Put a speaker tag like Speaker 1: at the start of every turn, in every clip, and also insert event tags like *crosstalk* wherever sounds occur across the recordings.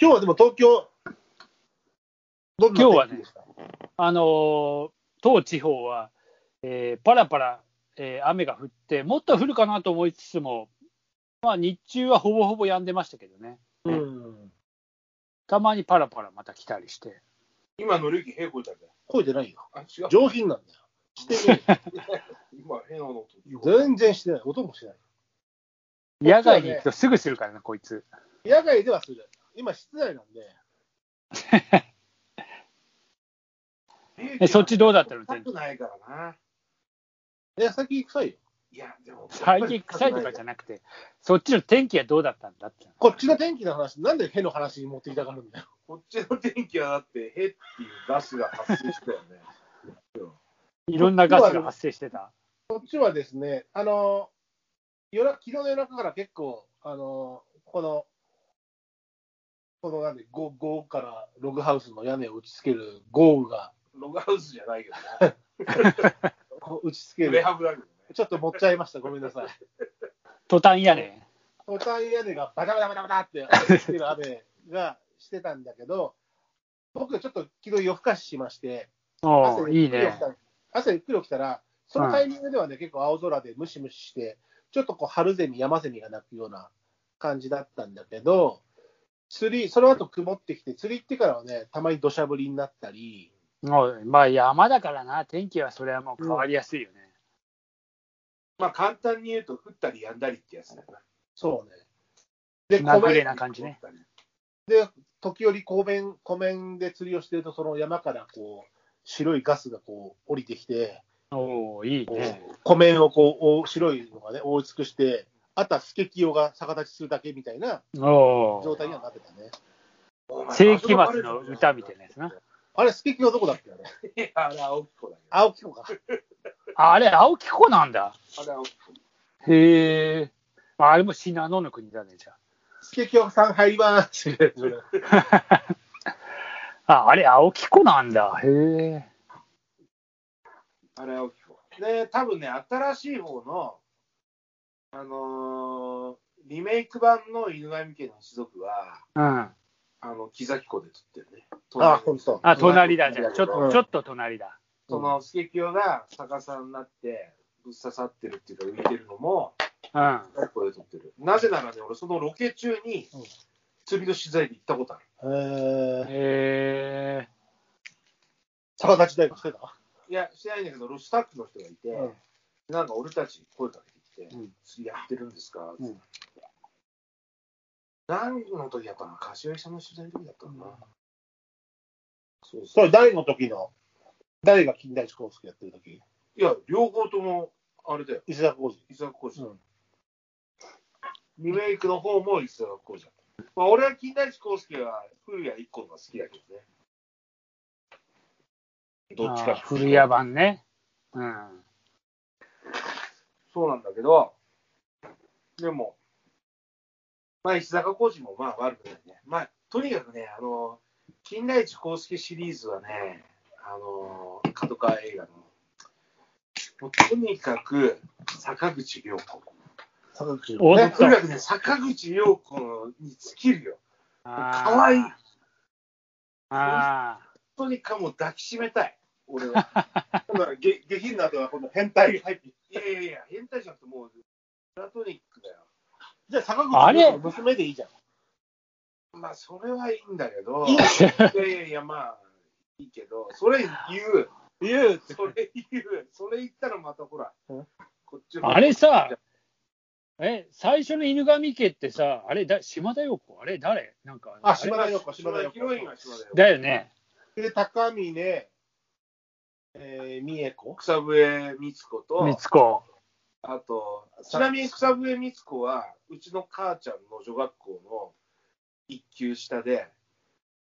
Speaker 1: 今日はでも東京、どんな
Speaker 2: 今日はね
Speaker 1: 天気でした
Speaker 2: あのー当地方は、えーパラパラ、えー雨が降って、もっと降るかなと思いつつも、まあ、日中はほぼほぼ止んでましたけどね、
Speaker 1: うん。
Speaker 2: たまにパラパラまた来たりして、
Speaker 3: 今の歴平行じゃんだよ。
Speaker 1: 声じゃないよ。
Speaker 3: あ、違う。
Speaker 1: 上品なんだよ。してね
Speaker 3: 今、変な音
Speaker 1: *laughs* えよ。全然してない。音もしない。
Speaker 2: 野外に行くとすぐするからね、こいつ。
Speaker 1: 野外ではする。今、室内なんで。
Speaker 2: えそっちどうだったの
Speaker 3: 全くないからな。
Speaker 1: え、先行くさいよ。
Speaker 3: いや、でも。
Speaker 2: 最近臭いとかじゃなくて、そっちの天気はどうだったんだって。
Speaker 1: こっちの天気の話、なんで屁の話に持ってきたがるんだよ。
Speaker 3: こっちの天気はだって、へっていうガスが発生したよね。
Speaker 2: いろんなガスが発生してた。
Speaker 1: こっちはですね、あの、夜昨日の夜中から結構、あの、この、このなんで、午後からログハウスの屋根を打ち付ける豪雨が、
Speaker 3: ログハウスじゃないけ
Speaker 1: *laughs*
Speaker 3: どね。
Speaker 1: こう打ち付け
Speaker 3: プレ
Speaker 1: る。
Speaker 3: ハブだけどね。
Speaker 1: ちょっと持っちゃいました。ごめんなさい。
Speaker 2: トタン屋根。
Speaker 1: トタン屋根がバタバタバタバタって打ち付ける雨がしてたんだけど、僕ちょっと昨日夜更かししまして、
Speaker 2: おーいい
Speaker 1: ゆっくり
Speaker 2: ね
Speaker 1: 起き。た朝ゆっくり起きたら、そのタイミングではね、結構青空でムシムシして、ちょっとこう春ゼミ、山ゼミが鳴くような感じだったんだけど、釣り、その後曇ってきて、釣り行ってからはね、たまに土砂降りになったり、
Speaker 2: もうまあ山だからな、天気はそれはもう変わりやすいよね。
Speaker 3: まあ、簡単に言うと、降ったりやんだりってやつだよな。
Speaker 1: そうね。で、
Speaker 2: まあ
Speaker 1: 湖
Speaker 2: グレー
Speaker 1: 面、
Speaker 2: な感じね。
Speaker 1: で、時折湖面、湖面で釣りをしてると、その山からこう、白いガスがこう降りてきて、
Speaker 2: おおいい
Speaker 1: こう
Speaker 2: ね。
Speaker 1: 湖面をこうお白いのがね、覆い尽くして、あとはスケキヨが逆立ちするだけみたいな
Speaker 2: お
Speaker 1: 状
Speaker 2: お
Speaker 1: 態にはなってたね。
Speaker 3: お前
Speaker 2: 世紀末の歌みたいなやつな。
Speaker 1: あれ、スケキヨどこだっけあれ
Speaker 3: いや、あれ、青木子だよ。
Speaker 1: 青木子か。
Speaker 2: ああれ、青木湖なんだ。
Speaker 3: あれ、青木子。
Speaker 2: へえ。まああれも信濃の国だね、じゃ
Speaker 1: スケキヨさん入ります。
Speaker 2: あ。ああれ、青木湖なんだ。へえ。
Speaker 3: あれ、青木子。で、多分ね、新しい方の、あのーリメイク版の犬神家の一族は、
Speaker 2: うん。
Speaker 3: あの、木崎湖で撮ってるね。
Speaker 1: あほんと
Speaker 2: あ、隣だ、じゃあ。ちょっ
Speaker 1: う
Speaker 2: と、
Speaker 1: ん
Speaker 2: ちょっと隣だ。
Speaker 3: その、スケキヨが逆さになって、ぶっ刺さってるっていうか、浮いてるのも、
Speaker 2: うん。
Speaker 3: 木崎湖で撮ってる。なぜならね、俺、そのロケ中に
Speaker 1: うん、
Speaker 3: 釣りの取材で行ったことある。
Speaker 1: えー、
Speaker 2: へえ。
Speaker 1: 逆立ち大学してた。
Speaker 3: いや、してないんだけど、スタッフの人がいて、
Speaker 1: うん
Speaker 3: なんか俺たちに声かけてきて、
Speaker 1: うん
Speaker 3: 釣りやってるんですか、
Speaker 1: うん
Speaker 3: 何の時だったかな柏木さんの取材の時だったかな、
Speaker 1: うん
Speaker 3: そう
Speaker 1: そ
Speaker 3: そう。
Speaker 1: れ、誰の時の、誰が金田一耕助やってる時
Speaker 3: いや、両方とも、あれだよ、
Speaker 1: 石田浩
Speaker 3: 伊沢浩二、
Speaker 1: 二。うん。
Speaker 3: リメイクの方も伊沢浩二だった。まあ、俺は金田一耕助は古谷一個のが好きだけどね。どっち
Speaker 2: あ
Speaker 3: か。
Speaker 2: 古谷版ね。うん。
Speaker 3: そうなんだけど、でも、まあ、石坂浩二もまあ悪くないね。まあ、とにかくね、あの、金田一耕助シリーズはね、あの、角川映画の、もうとにかく坂口涼子。
Speaker 1: 坂口
Speaker 2: お
Speaker 1: ね。
Speaker 3: とにかくね、坂口涼子に尽きるよ。
Speaker 2: あ
Speaker 3: 可愛い
Speaker 2: ああ
Speaker 3: とにかくもう抱きしめたい、俺 *laughs* は。
Speaker 1: 今度は下下品な後は、今度変態入って。
Speaker 3: いやいやいや、変態じゃなくてもう、プラトニックだよ。
Speaker 1: じゃあ、坂
Speaker 2: あ
Speaker 1: 口
Speaker 2: れ
Speaker 1: の娘でいいじゃん。
Speaker 3: まあ、それはいいんだけど、
Speaker 1: いい
Speaker 3: い
Speaker 1: の
Speaker 3: やいやいや、まあ、いいけど、それ言う。
Speaker 1: 言うって。
Speaker 3: それ言う、それ言ったらまたほら、
Speaker 1: うん
Speaker 3: こっち
Speaker 2: あ。あれさ、え、最初の犬神家ってさ、あれだ、島田陽子あれ誰なんか。
Speaker 1: あ
Speaker 2: れ
Speaker 1: 島田陽子
Speaker 3: 島
Speaker 1: 島
Speaker 3: 田
Speaker 1: 田
Speaker 3: よ。
Speaker 1: 陽
Speaker 3: ヒ
Speaker 1: 子
Speaker 3: ロインが島だよ。
Speaker 2: だよね。
Speaker 1: で、高峰、えー、美恵子。
Speaker 3: 草笛光子
Speaker 2: み
Speaker 3: と、
Speaker 2: つこ。
Speaker 3: あと、ちなみに草笛光子は、うちの母ちゃんの女学校の一級下で、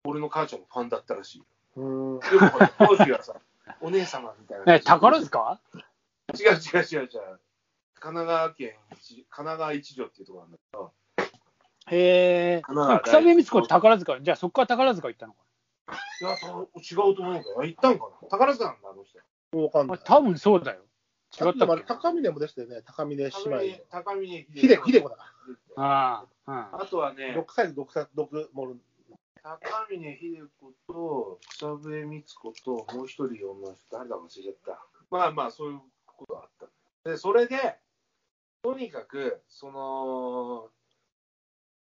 Speaker 3: 俺の母ちゃんもファンだったらしい。
Speaker 1: うん。
Speaker 3: でもほら当時は
Speaker 2: *laughs*
Speaker 3: さ、お姉様みたいな。
Speaker 2: え、宝塚
Speaker 3: 違う違う違う違う。神奈川県一、神奈川一条っていうところなんだけど、
Speaker 2: へえ。
Speaker 3: 神奈
Speaker 2: 草
Speaker 3: 川
Speaker 2: 笛光子って宝塚。じゃあそこから宝塚行ったのか。
Speaker 3: いや、そう違うと思うけど、あ行ったんかな宝塚なんだ、あの人。
Speaker 1: わかん
Speaker 2: ま
Speaker 1: な
Speaker 2: あ
Speaker 1: い。
Speaker 2: 多分そうだよ。違った
Speaker 1: あ
Speaker 2: っけ
Speaker 1: れ高峰もでしたよね。高峰姉
Speaker 3: 高
Speaker 1: 妹。
Speaker 3: 峰高峰
Speaker 1: 秀子、秀子だか
Speaker 2: ああ、うん。
Speaker 3: あとはね
Speaker 1: ら。、6歳で独作、独盛る。
Speaker 3: 高峰秀子と草笛光子ともう一人女の人誰だか忘れちゃったまあまあそういうことがあったんだよでそれでとにかくその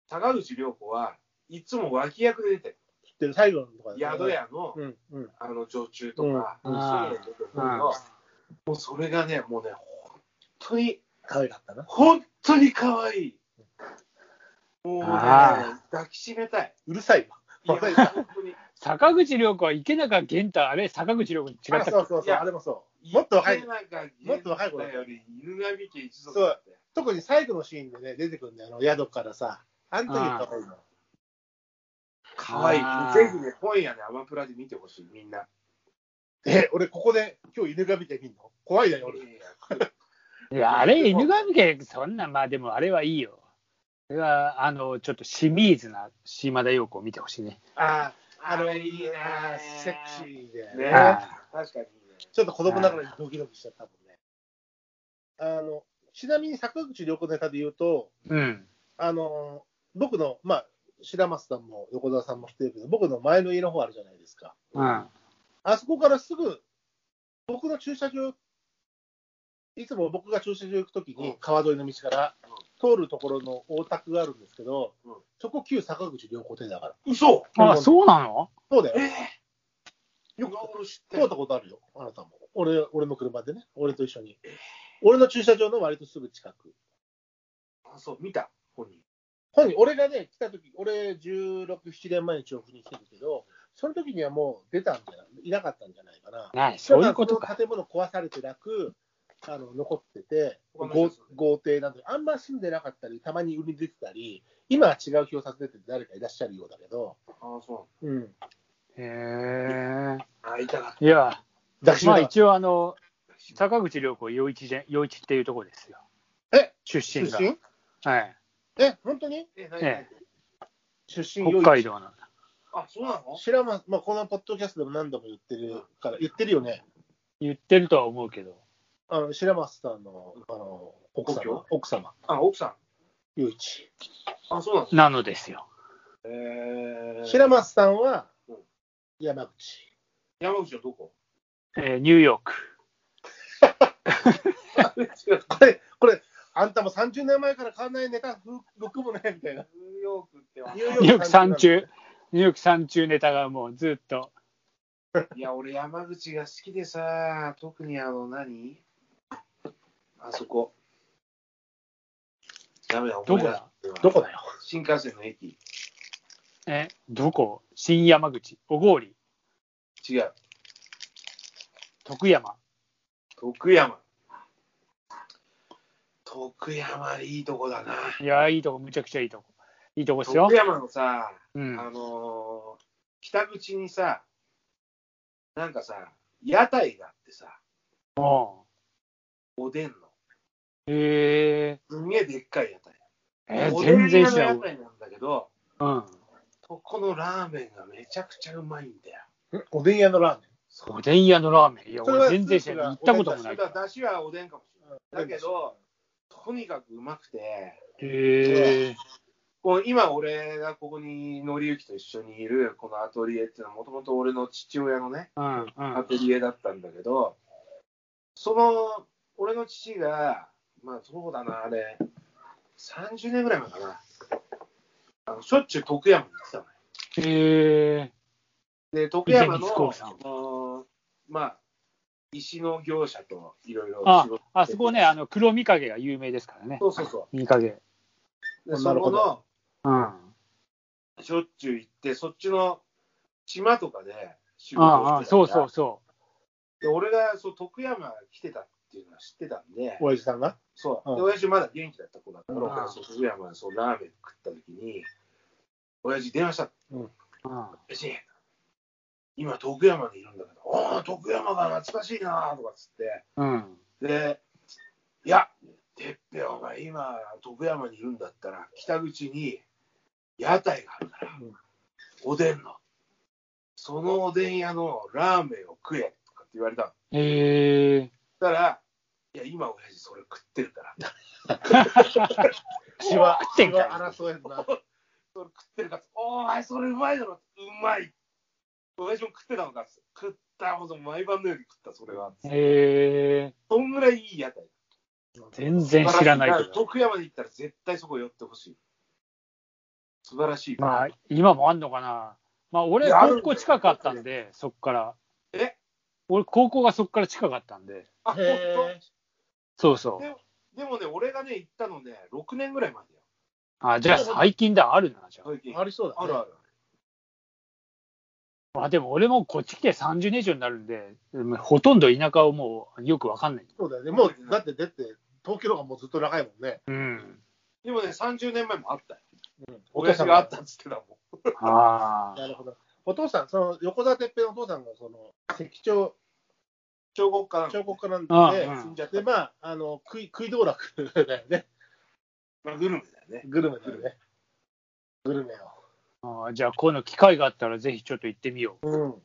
Speaker 3: 坂口涼子はいつも脇役で出てる
Speaker 1: 知ってる最後のとかね
Speaker 3: 宿。屋の
Speaker 1: うんうん。
Speaker 3: あの女中とか、
Speaker 2: う
Speaker 3: そう
Speaker 2: ん
Speaker 3: いうの出てるんだけど
Speaker 2: うん
Speaker 3: もうそれがねもうね本当に
Speaker 1: 可愛かったな。
Speaker 3: 本当に可愛いもうね
Speaker 2: あ
Speaker 3: 抱きしめたいう
Speaker 1: るさいわ。
Speaker 3: いや本当に
Speaker 2: 坂口涼子は池中玄太、あれ、坂口涼子に違
Speaker 1: あ
Speaker 2: ったっけ
Speaker 1: そうそう
Speaker 3: い
Speaker 1: そう、
Speaker 3: や
Speaker 1: あれもそう。 *laughs* もっと若い
Speaker 3: 池。中玄
Speaker 1: もっと若い頃
Speaker 3: 太より犬神家一族だって
Speaker 1: 特に最後のシーンでね、出てくるんだよ、あの宿からさ。あの時可愛いの。
Speaker 3: 可愛い
Speaker 2: あー
Speaker 3: ぜひね今夜ねアマプラで見てほしいみんな
Speaker 1: え、俺ここで今日犬が見てみんの怖いだよ、俺。
Speaker 2: いや、あれ、犬神家、そんな、まあでもあれはいいよ。それは、あの、ちょっと清水な島田陽子を見てほしいね。
Speaker 1: ああ、
Speaker 3: あ
Speaker 1: あの、
Speaker 3: れいいね
Speaker 1: あーセクシーで。
Speaker 3: ね
Speaker 2: あ
Speaker 3: 確かにね
Speaker 1: ちょっと子供ながらにドキドキしちゃったもんね。あの、ちなみに坂口良子ネタで言うと、
Speaker 2: うん。
Speaker 1: あの、僕の、まあ、白松さんも横澤さんも知ってるけど、僕の前の家の方あるじゃないですか。
Speaker 2: うん。
Speaker 1: あそこからすぐ、僕の駐車場、いつも僕が駐車場行くとき
Speaker 3: う
Speaker 1: に
Speaker 3: ん、
Speaker 1: 川沿いの道から通るところの大田区があるんですけど
Speaker 3: うん、
Speaker 1: そこ旧坂口良子店だから。
Speaker 3: 嘘
Speaker 2: あ、そうなの
Speaker 1: そうだ
Speaker 3: え
Speaker 1: よ。
Speaker 3: ー、よく俺知って
Speaker 1: 通ったことあるよ、あなたも。俺、俺の車でね、俺と一緒に。俺の駐車場の割とすぐ近く。
Speaker 3: あそう見た本人
Speaker 1: 本人、俺がね、来た時、俺16、7年前に調布に来てるけど、その時にはもう出たんじゃない、いなかったんじゃないかな。
Speaker 2: ない、そういうこと
Speaker 1: だか
Speaker 2: か。
Speaker 1: らその建物壊されてなく、あの残ってて、
Speaker 3: 他の
Speaker 1: 豪
Speaker 3: 人住んで
Speaker 1: 豪邸なんで、あんま住んでなかったり、たまに売りに出てたり、今は違う表札出てて誰かいらっしゃるようだけど、
Speaker 3: あそ
Speaker 1: うん、
Speaker 2: へえ。
Speaker 3: う会いたかっ
Speaker 2: いや、
Speaker 1: 抱きし
Speaker 2: まあ
Speaker 1: めた
Speaker 2: 一応、あの、
Speaker 3: たし
Speaker 2: 坂口涼子、陽一じゃ陽一っていうところですよ。
Speaker 1: え
Speaker 2: 出
Speaker 1: 出
Speaker 2: 身が。
Speaker 1: 身
Speaker 2: はい。
Speaker 1: え、本当に
Speaker 3: え何
Speaker 2: え
Speaker 1: 出身
Speaker 2: 北海道なんだ。
Speaker 3: あそうなの
Speaker 1: 知らま、まあ、このポッドキャストでも何度も言ってるから、言ってるよね。
Speaker 2: 言ってるとは思うけど。
Speaker 1: あの白松さんのあの奥
Speaker 3: 故郷
Speaker 1: 様、奥様、
Speaker 3: あ奥さん
Speaker 1: ゆういち。
Speaker 3: あそうなの
Speaker 2: なのですよ。
Speaker 3: えー、
Speaker 1: 白松さんは
Speaker 3: うん
Speaker 1: 山口。
Speaker 3: 山口はどこ
Speaker 2: えーニューヨーク。
Speaker 3: 違う
Speaker 1: これ、これ、あんたも30年前から変わんないネタ、ふ僕もね、みたいな。
Speaker 3: ニューヨークってわ
Speaker 1: ニュー
Speaker 2: ニューヨ
Speaker 1: ヨ
Speaker 2: ーク
Speaker 1: ーク
Speaker 2: 三
Speaker 1: 三
Speaker 2: 中
Speaker 1: 中。
Speaker 2: ニューヨーク三中ネタがもうずっと。
Speaker 3: いや、俺山口が好きでさ、特にあの何、あそこ。ダメだ、
Speaker 2: どこだ
Speaker 3: 思い出せない
Speaker 1: どこだよ。
Speaker 3: 新幹線の駅。
Speaker 2: え、どこ新山口、小郡、
Speaker 3: 違う。
Speaker 2: 徳山。
Speaker 3: 徳山。徳山、いいとこだな。
Speaker 2: いや、いいとこ、むちゃくちゃいいとこ。いいとこですよ
Speaker 3: 徳。山のさ、
Speaker 2: うん。
Speaker 3: あのー北口にさ、なんかさ、屋台があってさ、
Speaker 2: も
Speaker 3: おでんの。
Speaker 2: うへ
Speaker 3: すんげえでっかい屋台。
Speaker 2: ええー
Speaker 3: おでん
Speaker 2: 全然知
Speaker 3: 屋
Speaker 2: ら
Speaker 3: の
Speaker 2: ん。
Speaker 3: 屋台なんだけど、
Speaker 2: うん。
Speaker 3: そこのラーメンがめちゃくちゃうまいんだよ。
Speaker 1: んおでん屋のラーメ
Speaker 3: そう
Speaker 2: おでん屋のラーメン。いや、
Speaker 1: それは
Speaker 2: 俺全然知らん。行ったこともない
Speaker 3: だ。から出汁はおでんかもしれない。
Speaker 1: メ
Speaker 3: だ
Speaker 1: ン。
Speaker 3: けど、とにかくうまくて、
Speaker 2: へえ。
Speaker 3: こう今俺がここにのりゆきと一緒にいるこのアトリエっていうのはもともと俺の父親のね、
Speaker 2: うんう
Speaker 3: ア
Speaker 2: ん。
Speaker 3: トリエだったんだけど、その、俺の父が、まあそうだな、あれ、30年ぐらい前かな。あのしょっちゅう徳山に行ってたのよ。
Speaker 2: へえ。
Speaker 3: で、徳山
Speaker 2: 伊勢
Speaker 3: の、
Speaker 2: 光興産
Speaker 3: そのまあ、石の業者といろいろ
Speaker 2: あ
Speaker 3: 仕事してて、
Speaker 2: あそこね、あの、黒御影が有名ですからね。
Speaker 3: そうそうそ
Speaker 2: 御影。
Speaker 3: う。で、
Speaker 1: な
Speaker 3: そ
Speaker 1: る
Speaker 3: こ
Speaker 1: ほど
Speaker 3: の、
Speaker 2: うん。
Speaker 3: しょっちゅう行って、そっちの島とかで仕
Speaker 2: あああ
Speaker 3: 事を
Speaker 2: あ、
Speaker 3: してたから
Speaker 2: そうそうそ
Speaker 3: で俺がそう徳山来てたっていうのは知ってたんで、
Speaker 1: 親父さんが
Speaker 3: そうう。
Speaker 1: ん
Speaker 3: で、親父まだ元気だった子だったから、
Speaker 2: うん
Speaker 3: 俺がそう徳山でそうラーメン食った時に、親父電話した。
Speaker 2: う。うん。
Speaker 3: 親父、今徳山にいるんだけど、おお、徳山が懐かしいなーとかっつって、
Speaker 2: うん。
Speaker 3: で、いや、てっぺお前今徳山にいるんだったら、北口に屋台があるから、
Speaker 1: うん
Speaker 3: おでんの、そのおでん屋のラーメンを食えとかって言われたの。
Speaker 2: へえ。
Speaker 3: そしたら、いや、今親父それ食ってるから、
Speaker 1: 血は、
Speaker 2: 食って
Speaker 1: 血
Speaker 2: んかい
Speaker 1: は争えんな。
Speaker 3: それ食ってるから、おい、前それうまいだろ、うまい。私も食ってたのか、食ったほど毎晩のように食った、それは。
Speaker 2: へえ
Speaker 3: そんぐらいいい屋台。
Speaker 2: 全然知らないけど。
Speaker 3: 徳山に行ったら絶対そこ寄ってほしい。素晴らしい。
Speaker 2: まあ、今もあんのかな。まあ、俺、
Speaker 3: いやある
Speaker 2: 高校近かったんで、そっから。
Speaker 3: え
Speaker 2: 俺、高校がそっから近かったんで。
Speaker 3: あ、本
Speaker 1: へ
Speaker 2: そうそう。
Speaker 3: 当。でもね、俺がね、行ったのね、6年ぐらい前だよ。
Speaker 2: あ、じゃあ最近だ、あるな、じゃあ。
Speaker 3: 最近
Speaker 1: ーありそうだ、
Speaker 3: あ
Speaker 1: ね。
Speaker 3: るある。
Speaker 2: まあ、でも俺もこっち来て30年以上になるんで、うんほとんど田舎をもうよくわかんない。
Speaker 1: そうだよね。もう、だって出て、東京の方がもうずっと長いもんね。
Speaker 2: うん。
Speaker 3: でもね、30年前もあったよ。
Speaker 1: うん、
Speaker 3: 親父があったっつってたもん。
Speaker 2: ああ。
Speaker 1: なるほど。お父さん、その横田哲平のお父さんが、その、関町、
Speaker 3: 彫刻家なの
Speaker 1: 彫刻家なんで、
Speaker 2: ああ
Speaker 3: 死んじゃった
Speaker 1: で、まあ、あの、食い、食い道楽だよね。
Speaker 3: まあグルメだよね。
Speaker 1: グルメだよね。グルメ
Speaker 2: あ
Speaker 1: を。
Speaker 2: あじゃあ、こういうの機会があったら、ぜひちょっと行ってみよ
Speaker 1: うん。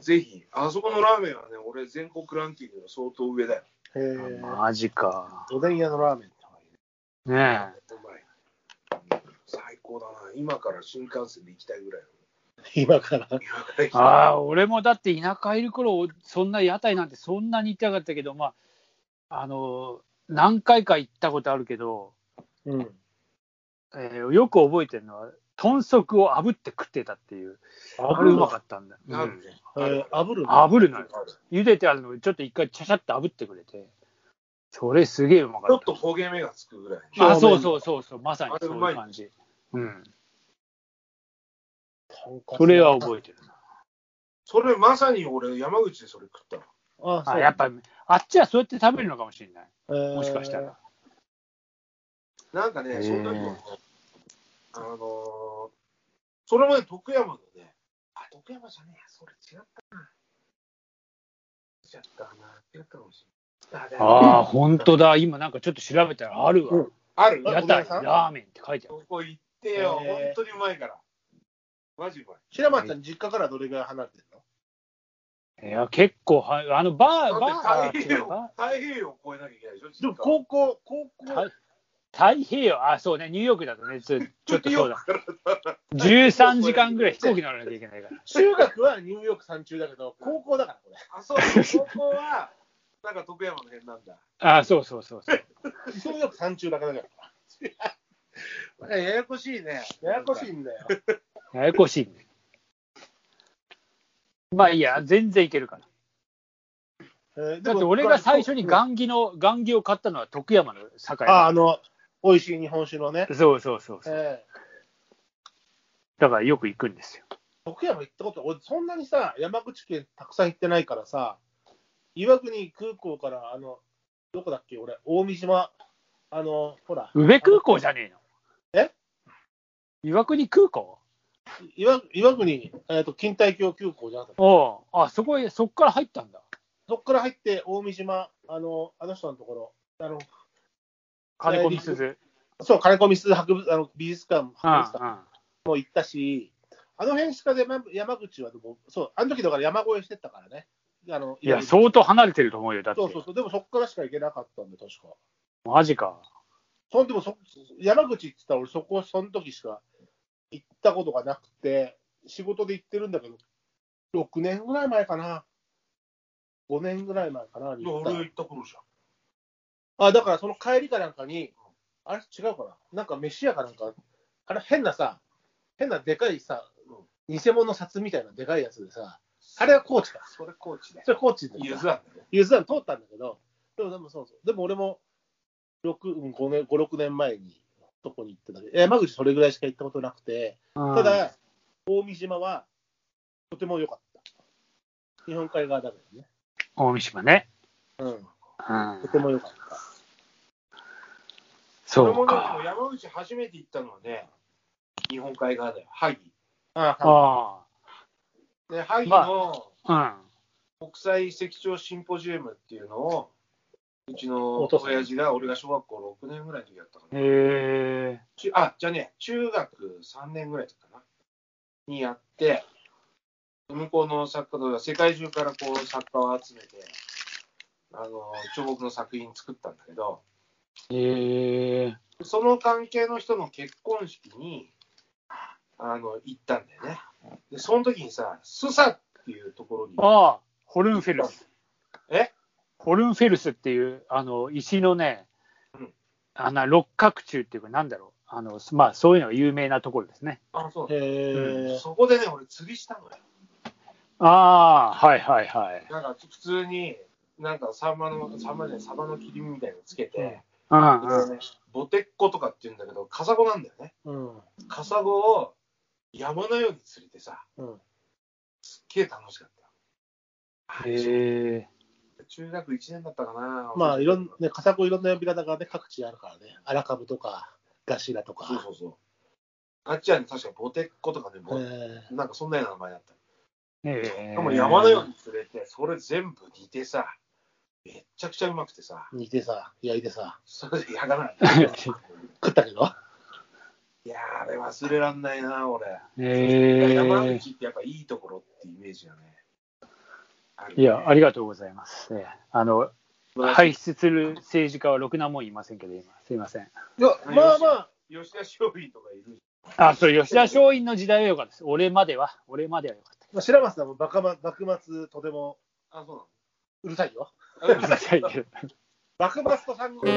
Speaker 3: ぜひ、あそこのラーメンはね、俺、全国ランキングの相当上だよ。
Speaker 1: へ
Speaker 2: う。
Speaker 1: え。
Speaker 2: マジか。
Speaker 1: おでん屋のラーメンとかいいね
Speaker 2: ねえ。
Speaker 3: うまい。最高だな。今から新幹線で行きたいぐらい。
Speaker 1: 今から。
Speaker 2: ああ、俺もだって田舎いる頃、そんな屋台なんてそんなに行ってなかったけど、まあ、あの、何回か行ったことあるけど、
Speaker 1: うん。
Speaker 2: えーよく覚えてるのは、豚足を炙って食ってたっていう、あれうまかったんだよ。う
Speaker 3: なん
Speaker 2: ん
Speaker 3: で、
Speaker 1: えー、炙るの
Speaker 2: 炙るのよ。
Speaker 3: ち
Speaker 2: 茹でてあるのをちょっと一回ちゃちゃっと炙ってくれて、それすげえうまか
Speaker 3: ょ
Speaker 2: っ
Speaker 3: っと焦げ目がつくぐらい。
Speaker 2: た。あ、そうそうそうそう、まさに
Speaker 3: あれ
Speaker 2: そうう
Speaker 3: まい
Speaker 2: い
Speaker 3: う
Speaker 2: 感じ。うん。
Speaker 1: とんかつ
Speaker 2: それは覚えてる
Speaker 3: それまさに俺、山口でそれ食ったの。
Speaker 1: あ
Speaker 2: な。あ、やっ、ぱ、あっちはそうやって食べるのかもしれない。
Speaker 1: も
Speaker 2: もしかしたら。。
Speaker 3: なんか
Speaker 2: へ
Speaker 3: ね、
Speaker 2: ー
Speaker 3: その時も、あのーそれまで徳山のね、あ、徳山じゃねえや、それ違ったな。違ったな、違ったかもしれない。
Speaker 2: ああ、本当だ。今なんかちょっと調べたらあるわ。
Speaker 3: ある
Speaker 2: 屋
Speaker 1: おで
Speaker 2: 台
Speaker 1: んさん
Speaker 2: ラーメンって書いてある。
Speaker 3: そこ行ってよ、
Speaker 1: へー
Speaker 3: 本当にうまいから。マジうまい。
Speaker 1: 白松さん、実家からどれぐらい離れてるの
Speaker 2: いや、結構は、あの、バ
Speaker 3: だ
Speaker 2: ー、バ
Speaker 3: っ
Speaker 2: ー
Speaker 3: て太
Speaker 2: 違
Speaker 3: 平
Speaker 2: うか
Speaker 3: 洋、太平洋を越えなきゃいけないでしょ、
Speaker 1: でも、
Speaker 3: 実家は
Speaker 1: 高校、高校
Speaker 2: 太、太平洋、あ、そうね、ニューヨークだとね、ちょちょっとそうだ。
Speaker 3: ーク
Speaker 2: 13時間ぐらい飛行機乗らなきゃいけないから。
Speaker 1: 中学はニューヨーク三中だけど、高校だから、これ。
Speaker 3: あ、そう、そこは、なんか徳山の辺なんだ。
Speaker 2: あー、そうそうそうそう。
Speaker 1: ニューヨーク三中だけだから。
Speaker 3: ややこしいね。
Speaker 1: ややこしいんだ *laughs* よ。
Speaker 2: ややこしいね。まあいいや、全然いけるから。
Speaker 1: えー
Speaker 2: だって俺が最初に雁木の、雁木を買ったのは徳山の酒
Speaker 1: あ、
Speaker 2: 屋。
Speaker 1: あの、美味しい日本酒のね。
Speaker 2: そうそうそうそう。
Speaker 1: えー
Speaker 2: だからよく行くんですよ。
Speaker 1: 徳山行ったこと、俺、そんなにさ、山口県たくさん行ってないからさ、岩国空港から、あの、どこだっけ、俺、大三島、あの、ほら、
Speaker 2: 宇部空港じゃねえの
Speaker 1: え
Speaker 2: 岩国空港
Speaker 1: 岩岩国、えーと、錦帯橋空港じゃなくて、
Speaker 2: おうあ、そこへ、そこから入ったんだ。
Speaker 1: そこから入って、大三島、あの、あの人のところ、あの、
Speaker 2: 金子みすず。
Speaker 1: そう、金子みすゞ博物あの美術館、
Speaker 2: うん
Speaker 1: 博物館も行ったし、あの辺しかでま山口はでも、そう、あの時だから山越えしてったからね。あの
Speaker 2: いや、
Speaker 1: そう
Speaker 2: 相当離れてると思うよ。だって。
Speaker 1: そうそうでもそこからしか行けなかったんで、確か。
Speaker 2: マジか。
Speaker 1: そんでもそ、山口って言ったら、俺、そこ、その時しか行ったことがなくて、仕事で行ってるんだけど、6年ぐらい前かな。5年ぐらい前かなに行った
Speaker 3: 俺
Speaker 1: の
Speaker 3: が行った頃じゃん。
Speaker 1: あ、だからその帰りかなんかに、あれ違うかななんか飯屋かなんか、あれ変なさ、変なでかいさ、偽物の札みたいなでかいやつでさ、あれは高知か。
Speaker 3: それ高知ね。
Speaker 1: それ高知で。
Speaker 3: 伊豆なんだね。
Speaker 1: ゆず庵通ったんだけど、でもでもそうそう。でも俺も6、5年、5、6年前にそこに行ってたけど、山口それぐらいしか行ったことなくて、
Speaker 2: た
Speaker 1: た、だ、大三島はとても良かった。日本海側だからね。
Speaker 2: 大三島ね。
Speaker 1: うん。
Speaker 2: うん
Speaker 1: とても良かっ
Speaker 2: そう
Speaker 3: 俺もね
Speaker 2: か。
Speaker 3: 山口初めて行ったのはね、日本海側だよ。萩。
Speaker 1: た。ああ、
Speaker 2: あ
Speaker 3: で、萩
Speaker 2: まあ
Speaker 3: の
Speaker 2: あ。
Speaker 3: 国際石彫シンポジウムっていうのを、うち
Speaker 1: お
Speaker 3: の
Speaker 1: 父さん
Speaker 3: 親父が、俺が小学校6年ぐらいの時だったか
Speaker 2: うん。
Speaker 3: な。
Speaker 2: へえ。
Speaker 3: ちあ、じゃあね、中学3年ぐらいだったかな。にやって、向こうの作家とか、世界中からこう作家を集めて、あの、彫刻の作品作ったんだけど、
Speaker 2: へえ。
Speaker 3: その関係の人の結婚式に、ああの、行ったんだよね。で、その時にさ、スサっていうところに、
Speaker 2: ああ、ホルンフェルス。
Speaker 3: え
Speaker 2: ホルンフェルスっていう、あの、石のね
Speaker 3: うん、
Speaker 2: あの六角柱っていうか、なんだろう。あの、まあ、そういうのが有名なところですね。
Speaker 3: あ、そう
Speaker 1: へえ。
Speaker 3: そこでね、俺釣りしたのよ。
Speaker 2: ああ、はいはいはい。
Speaker 3: なんか、普通に、なんか、サンマの、サンマじゃない、サバの切り身みたいなのつけて、
Speaker 2: うんうん。
Speaker 3: でねボテッコとかって言うんだけど、カサゴなんだよね。
Speaker 1: うん。
Speaker 3: カサゴを山のように釣れてさ、
Speaker 1: うん。
Speaker 3: すっげえ楽しかった。
Speaker 2: へえ。
Speaker 3: 中学1年だったかな。
Speaker 1: まあ、いろんな、カサゴいろんな呼び方がね、各地あるからね。アラカブとか、ガシラと
Speaker 3: そう
Speaker 1: か。
Speaker 3: そうそう。あっちはね、確かボテッコとかね、
Speaker 1: へ
Speaker 3: ボ
Speaker 1: え
Speaker 3: なんかそんなような名前だった。
Speaker 2: え
Speaker 3: でも山のように釣れて、それ全部煮てさ、めっちゃくちゃうまくてさ、
Speaker 1: 煮てさ、焼いてさ、
Speaker 3: それでやがない。
Speaker 1: 食ったけど。
Speaker 3: いやー、あれ忘れらんないな、俺。
Speaker 2: え
Speaker 3: 山
Speaker 2: え
Speaker 3: 口ってやっぱいいところってイメージがね。あるね
Speaker 2: いや、ありがとうございます。ええあの、
Speaker 3: まあ
Speaker 2: 排出する政治家はろくなもんいませんけど、今、すいません。
Speaker 1: いや、まあまあ、
Speaker 3: 吉田松陰とかいる
Speaker 2: あ、そう、吉田松陰の時代はよかったです。俺までは、俺まではよかっ
Speaker 1: まあ、白松さんもバカま幕末、とても
Speaker 3: あ、そう
Speaker 1: るさいよ。
Speaker 3: うなのあ
Speaker 2: た。うるさいけど
Speaker 1: 幕末と三国。